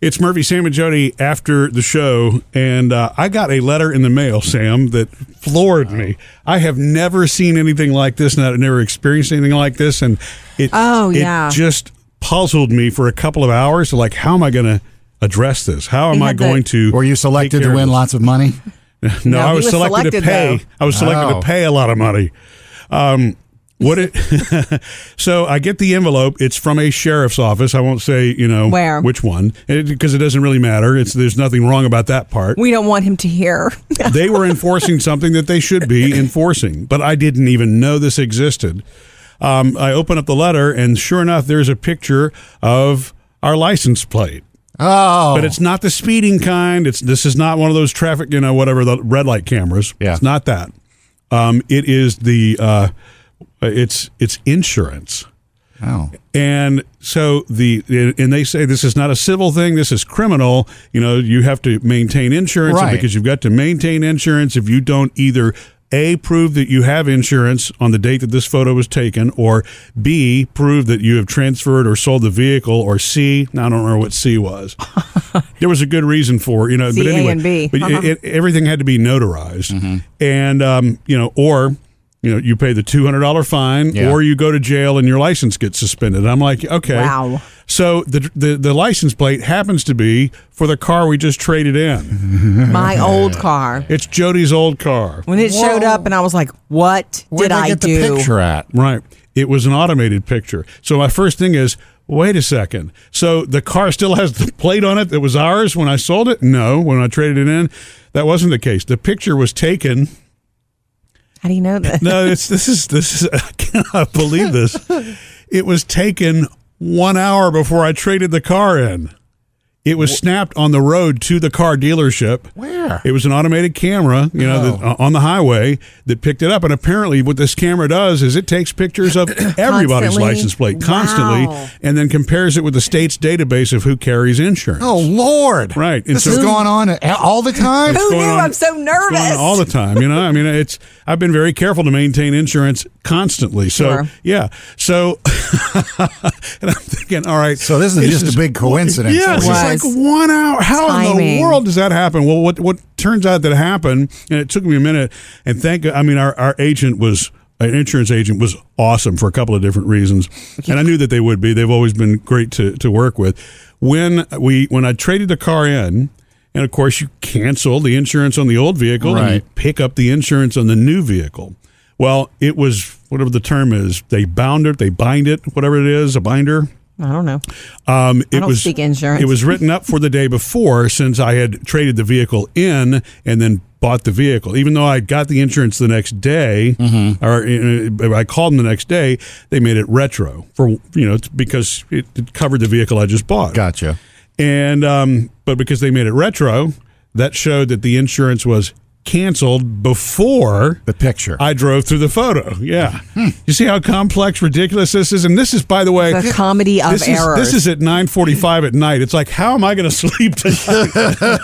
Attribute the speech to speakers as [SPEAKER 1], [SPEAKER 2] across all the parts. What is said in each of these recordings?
[SPEAKER 1] It's Murphy, Sam, and Jody after the show, and uh, I got a letter in the mail, Sam, that floored me. I have never seen anything like this, and I've never experienced anything like this, and it
[SPEAKER 2] Oh,
[SPEAKER 1] it
[SPEAKER 2] yeah.
[SPEAKER 1] just puzzled me for a couple of hours. Like, how am I going to address this? How am
[SPEAKER 2] They
[SPEAKER 1] I
[SPEAKER 2] had
[SPEAKER 1] going
[SPEAKER 2] the-
[SPEAKER 1] to?
[SPEAKER 3] Were you
[SPEAKER 1] take
[SPEAKER 3] selected
[SPEAKER 1] care
[SPEAKER 3] to
[SPEAKER 1] of
[SPEAKER 3] win
[SPEAKER 1] this?
[SPEAKER 3] lots of money?
[SPEAKER 1] No,
[SPEAKER 2] No,
[SPEAKER 1] I
[SPEAKER 2] he
[SPEAKER 1] was,
[SPEAKER 2] was
[SPEAKER 1] selected, to
[SPEAKER 2] selected,
[SPEAKER 1] pay.
[SPEAKER 2] though.
[SPEAKER 1] I was selected
[SPEAKER 3] Oh.
[SPEAKER 1] to pay a lot of money. Um, what it? so I get the envelope. It's from a sheriff's office. I won't say you know
[SPEAKER 2] Where?
[SPEAKER 1] which one because it, doesn't really matter. It's there's nothing wrong about that part.
[SPEAKER 2] We don't want him to hear.
[SPEAKER 1] they were enforcing something that they should be enforcing, but I didn't even know this existed. Um, I open up the letter, and sure enough, there's a picture of our license plate
[SPEAKER 3] Oh,
[SPEAKER 1] but it's not the speeding kind. It's this is not one of those traffic, you know, whatever the red light cameras.
[SPEAKER 3] Yeah.
[SPEAKER 1] it's not that. Um, it is the uh, it's it's insurance,
[SPEAKER 3] oh.
[SPEAKER 1] and so the and they say this is not a civil thing. This is criminal. You know, you have to maintain insurance and
[SPEAKER 3] Right.
[SPEAKER 1] because you've got to maintain insurance if you don't either. A, prove that you have insurance on the date that this photo was taken, or B, prove that you have transferred or sold the vehicle, or C, I don't remember what C was there was a good reason for you know.
[SPEAKER 2] C,
[SPEAKER 1] but
[SPEAKER 2] A,
[SPEAKER 1] anyway,
[SPEAKER 2] and B.
[SPEAKER 1] but
[SPEAKER 2] Uh-huh. Mm-hmm.
[SPEAKER 1] it, it- everything had to be notarized, and um, you know, or you know, you pay the two hundred dollar fine,
[SPEAKER 3] Yeah.
[SPEAKER 1] or you go to jail and your license gets suspended. I'm like, okay,
[SPEAKER 2] Wow.
[SPEAKER 1] So the, the the license plate happens to be for the car we just traded
[SPEAKER 2] Mm-hmm.
[SPEAKER 1] in.
[SPEAKER 2] My old car.
[SPEAKER 1] It's Jody's old car,
[SPEAKER 2] When it showed up, and I was like, "What
[SPEAKER 3] Where'd
[SPEAKER 2] did
[SPEAKER 3] they
[SPEAKER 2] I
[SPEAKER 3] get
[SPEAKER 2] do?"
[SPEAKER 3] the picture at?
[SPEAKER 1] right? It was an automated picture. So my first thing is. Wait a second. So the car still has the plate on it that was ours when I sold it? No, when I traded it in, that wasn't the case. The picture was taken
[SPEAKER 2] How do you know that?
[SPEAKER 1] no, it's this is this is I cannot believe this. It was taken one hour before I traded the car in. It was snapped on the road to the car dealership.
[SPEAKER 3] Where?
[SPEAKER 1] It was an automated camera, you know, that,
[SPEAKER 2] Oh.
[SPEAKER 1] on the highway that picked it up. And apparently, what this camera does is it takes pictures of everybody's
[SPEAKER 2] Constantly?
[SPEAKER 1] license plate constantly,
[SPEAKER 2] Wow.
[SPEAKER 1] and then compares it with the state's database of who carries insurance.
[SPEAKER 3] Oh Lord!
[SPEAKER 1] Right, and
[SPEAKER 3] This
[SPEAKER 1] so-
[SPEAKER 3] is going on all the time.
[SPEAKER 2] Who knew?
[SPEAKER 1] going on-
[SPEAKER 2] I'm so
[SPEAKER 1] it's going on
[SPEAKER 2] nervous.
[SPEAKER 1] all the time. You know, I mean, it's I've been very careful to maintain insurance constantly. So
[SPEAKER 2] Sure.
[SPEAKER 1] yeah, so and I'm thinking, all right.
[SPEAKER 3] So this is
[SPEAKER 1] it's
[SPEAKER 3] just a big coincidence.
[SPEAKER 1] Yeah, it's just
[SPEAKER 3] It
[SPEAKER 2] was.
[SPEAKER 1] like one hour. How in
[SPEAKER 2] Timing.
[SPEAKER 1] the world does that happen? Well, what what turns out that happened, and it took me a minute. And thank, I mean, our our agent was. An insurance agent was awesome for a couple of different reasons, and I knew that they would be. They've always been great to, to work with. When we when I traded the car in, and of course you cancel the insurance on the old vehicle and you
[SPEAKER 3] Right.
[SPEAKER 1] pick up the insurance on the new vehicle. Well, it was whatever the term is. They bound it, they bind it, whatever it is, a binder.
[SPEAKER 2] I don't know.
[SPEAKER 1] Um, it
[SPEAKER 2] don't
[SPEAKER 1] was
[SPEAKER 2] speak insurance.
[SPEAKER 1] It was written up for the day before, since I had traded the vehicle in and then bought the vehicle. Even though I got the insurance the next day,
[SPEAKER 2] Mm-hmm.
[SPEAKER 1] or uh, I called them the next day, they made it retro for you know it's because it, it covered the vehicle I just bought.
[SPEAKER 3] Gotcha.
[SPEAKER 1] And um, but because they made it retro, that showed that the insurance was canceled before
[SPEAKER 3] The picture.
[SPEAKER 1] I drove through the photo. Yeah, you see how complex, ridiculous this is. And this is, by the way,
[SPEAKER 2] The comedy of
[SPEAKER 1] this is,
[SPEAKER 2] errors.
[SPEAKER 1] This is at nine forty-five at night. It's like, how am I going to sleep tonight?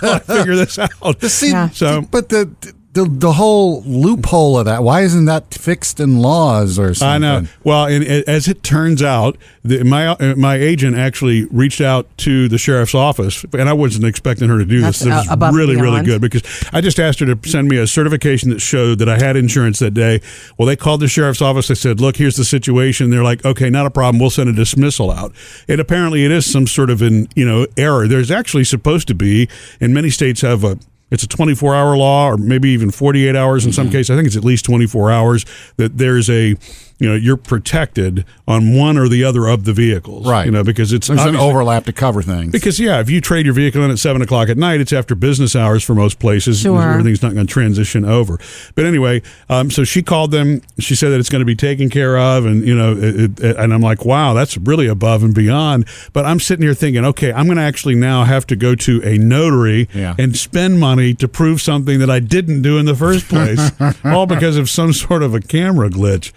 [SPEAKER 1] I figure this out.
[SPEAKER 3] See,
[SPEAKER 2] Yeah.
[SPEAKER 1] So-
[SPEAKER 3] but the, the the whole loophole of that. Why isn't that fixed in laws or something?
[SPEAKER 1] I know. Well, and a- as it turns out, the, my uh, my agent actually reached out to the sheriff's office, and I wasn't expecting her to do
[SPEAKER 2] That's,
[SPEAKER 1] this. It
[SPEAKER 2] uh,
[SPEAKER 1] was
[SPEAKER 2] above and
[SPEAKER 1] really, really
[SPEAKER 2] beyond.
[SPEAKER 1] good because I just asked her to send me a certification that showed that I had insurance that day. Well, they called the sheriff's office. They said, "Look, here's the situation." They're like, "Okay, not a problem. We'll send a dismissal out." And apparently, it is some sort of an you know error. There's actually supposed to be, and many states have a it's a 24 hour law or maybe even 48 hours in some
[SPEAKER 3] Mm-hmm.
[SPEAKER 1] cases i think it's at least 24 hours that there's a you know you're protected on one or the other of the vehicles
[SPEAKER 3] Right.
[SPEAKER 1] you know because it's
[SPEAKER 3] There's an
[SPEAKER 1] obviously-
[SPEAKER 3] overlap to cover things.
[SPEAKER 1] because yeah if you trade your vehicle in at 7 o'clock at night it's after business hours for most places
[SPEAKER 2] Sure.
[SPEAKER 1] everything's not going to transition over but anyway um, so she called them she said that it's going to be taken care of and you know it, it, and i'm like wow that's really above and beyond but i'm sitting here thinking okay i'm going to actually now have to go to a notary
[SPEAKER 3] Yeah.
[SPEAKER 1] and spend money to prove something that I didn't do in the first place, all because of some sort of a camera glitch.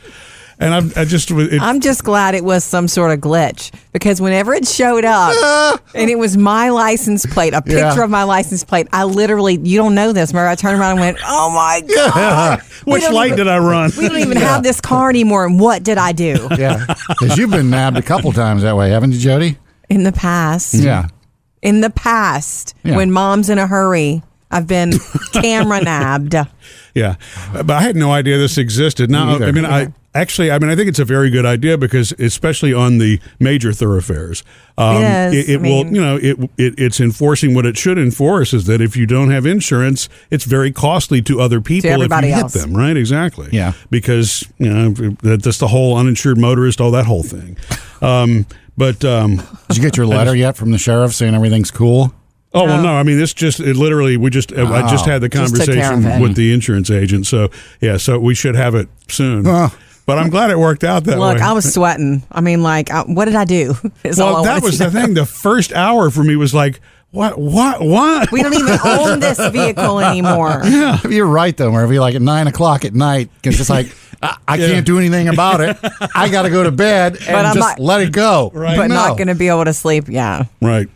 [SPEAKER 1] And I'm, I just, it,
[SPEAKER 2] I'm just glad it was some sort of glitch because whenever it showed up and it was my license plate, a picture
[SPEAKER 3] Yeah.
[SPEAKER 2] of my license plate, I literally, you don't know this, Murray. I turned around and went, oh my God. We
[SPEAKER 1] which
[SPEAKER 2] don't
[SPEAKER 1] light
[SPEAKER 2] even-
[SPEAKER 1] did I run?
[SPEAKER 2] We don't even have this car anymore. And what did I do
[SPEAKER 3] yeah, because you've been nabbed a couple times that way, haven't you, Jody?
[SPEAKER 1] Mm-hmm.
[SPEAKER 2] in the past?
[SPEAKER 3] Yeah.
[SPEAKER 2] in the past
[SPEAKER 3] Yeah.
[SPEAKER 2] when mom's in a hurry. I've been camera nabbed.
[SPEAKER 1] Yeah, but I had no idea this existed. Now,
[SPEAKER 3] either.
[SPEAKER 1] I mean, I actually, I mean, I think it's a very good idea because, especially on the major thoroughfares, um,
[SPEAKER 2] It is.
[SPEAKER 1] it, it
[SPEAKER 2] I
[SPEAKER 1] will,
[SPEAKER 2] mean-
[SPEAKER 1] you know, it, it it's enforcing what it should enforce is that if you don't have insurance, it's very costly to other people
[SPEAKER 2] everybody
[SPEAKER 1] if you
[SPEAKER 2] else.
[SPEAKER 1] hit them, right? Exactly.
[SPEAKER 3] Yeah.
[SPEAKER 1] because you know that- that's the whole uninsured motorist, all that whole thing. Um, but um,
[SPEAKER 3] Did you get your letter yet from the sheriff saying everything's cool?
[SPEAKER 1] Oh well, no. I mean, this just it literally we just I just had the
[SPEAKER 2] Oh. Just took care
[SPEAKER 1] conversation
[SPEAKER 2] of it.
[SPEAKER 1] with the insurance agent. So yeah, so we should have it soon.
[SPEAKER 3] Huh.
[SPEAKER 1] But I'm glad it worked out that way.
[SPEAKER 2] Look, I was sweating. I mean, like, I, what did I do? Is all I
[SPEAKER 1] well,
[SPEAKER 2] wanted
[SPEAKER 1] that
[SPEAKER 2] to
[SPEAKER 1] was the
[SPEAKER 2] know.
[SPEAKER 1] thing. The first hour for me was like, what, what, what?
[SPEAKER 2] We don't even own this vehicle anymore.
[SPEAKER 3] You're right though, Murphy. Like at nine o'clock at night, it's just like I, I can't do anything about it. I got to go to bed and
[SPEAKER 2] I'm
[SPEAKER 3] just
[SPEAKER 2] not-
[SPEAKER 3] let it go.
[SPEAKER 1] Right.
[SPEAKER 2] But
[SPEAKER 3] No.
[SPEAKER 2] not going to be able to sleep. Yeah.
[SPEAKER 1] right.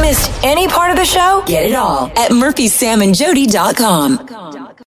[SPEAKER 4] Missed any part of the show? Get it all at murphysamandjody.com.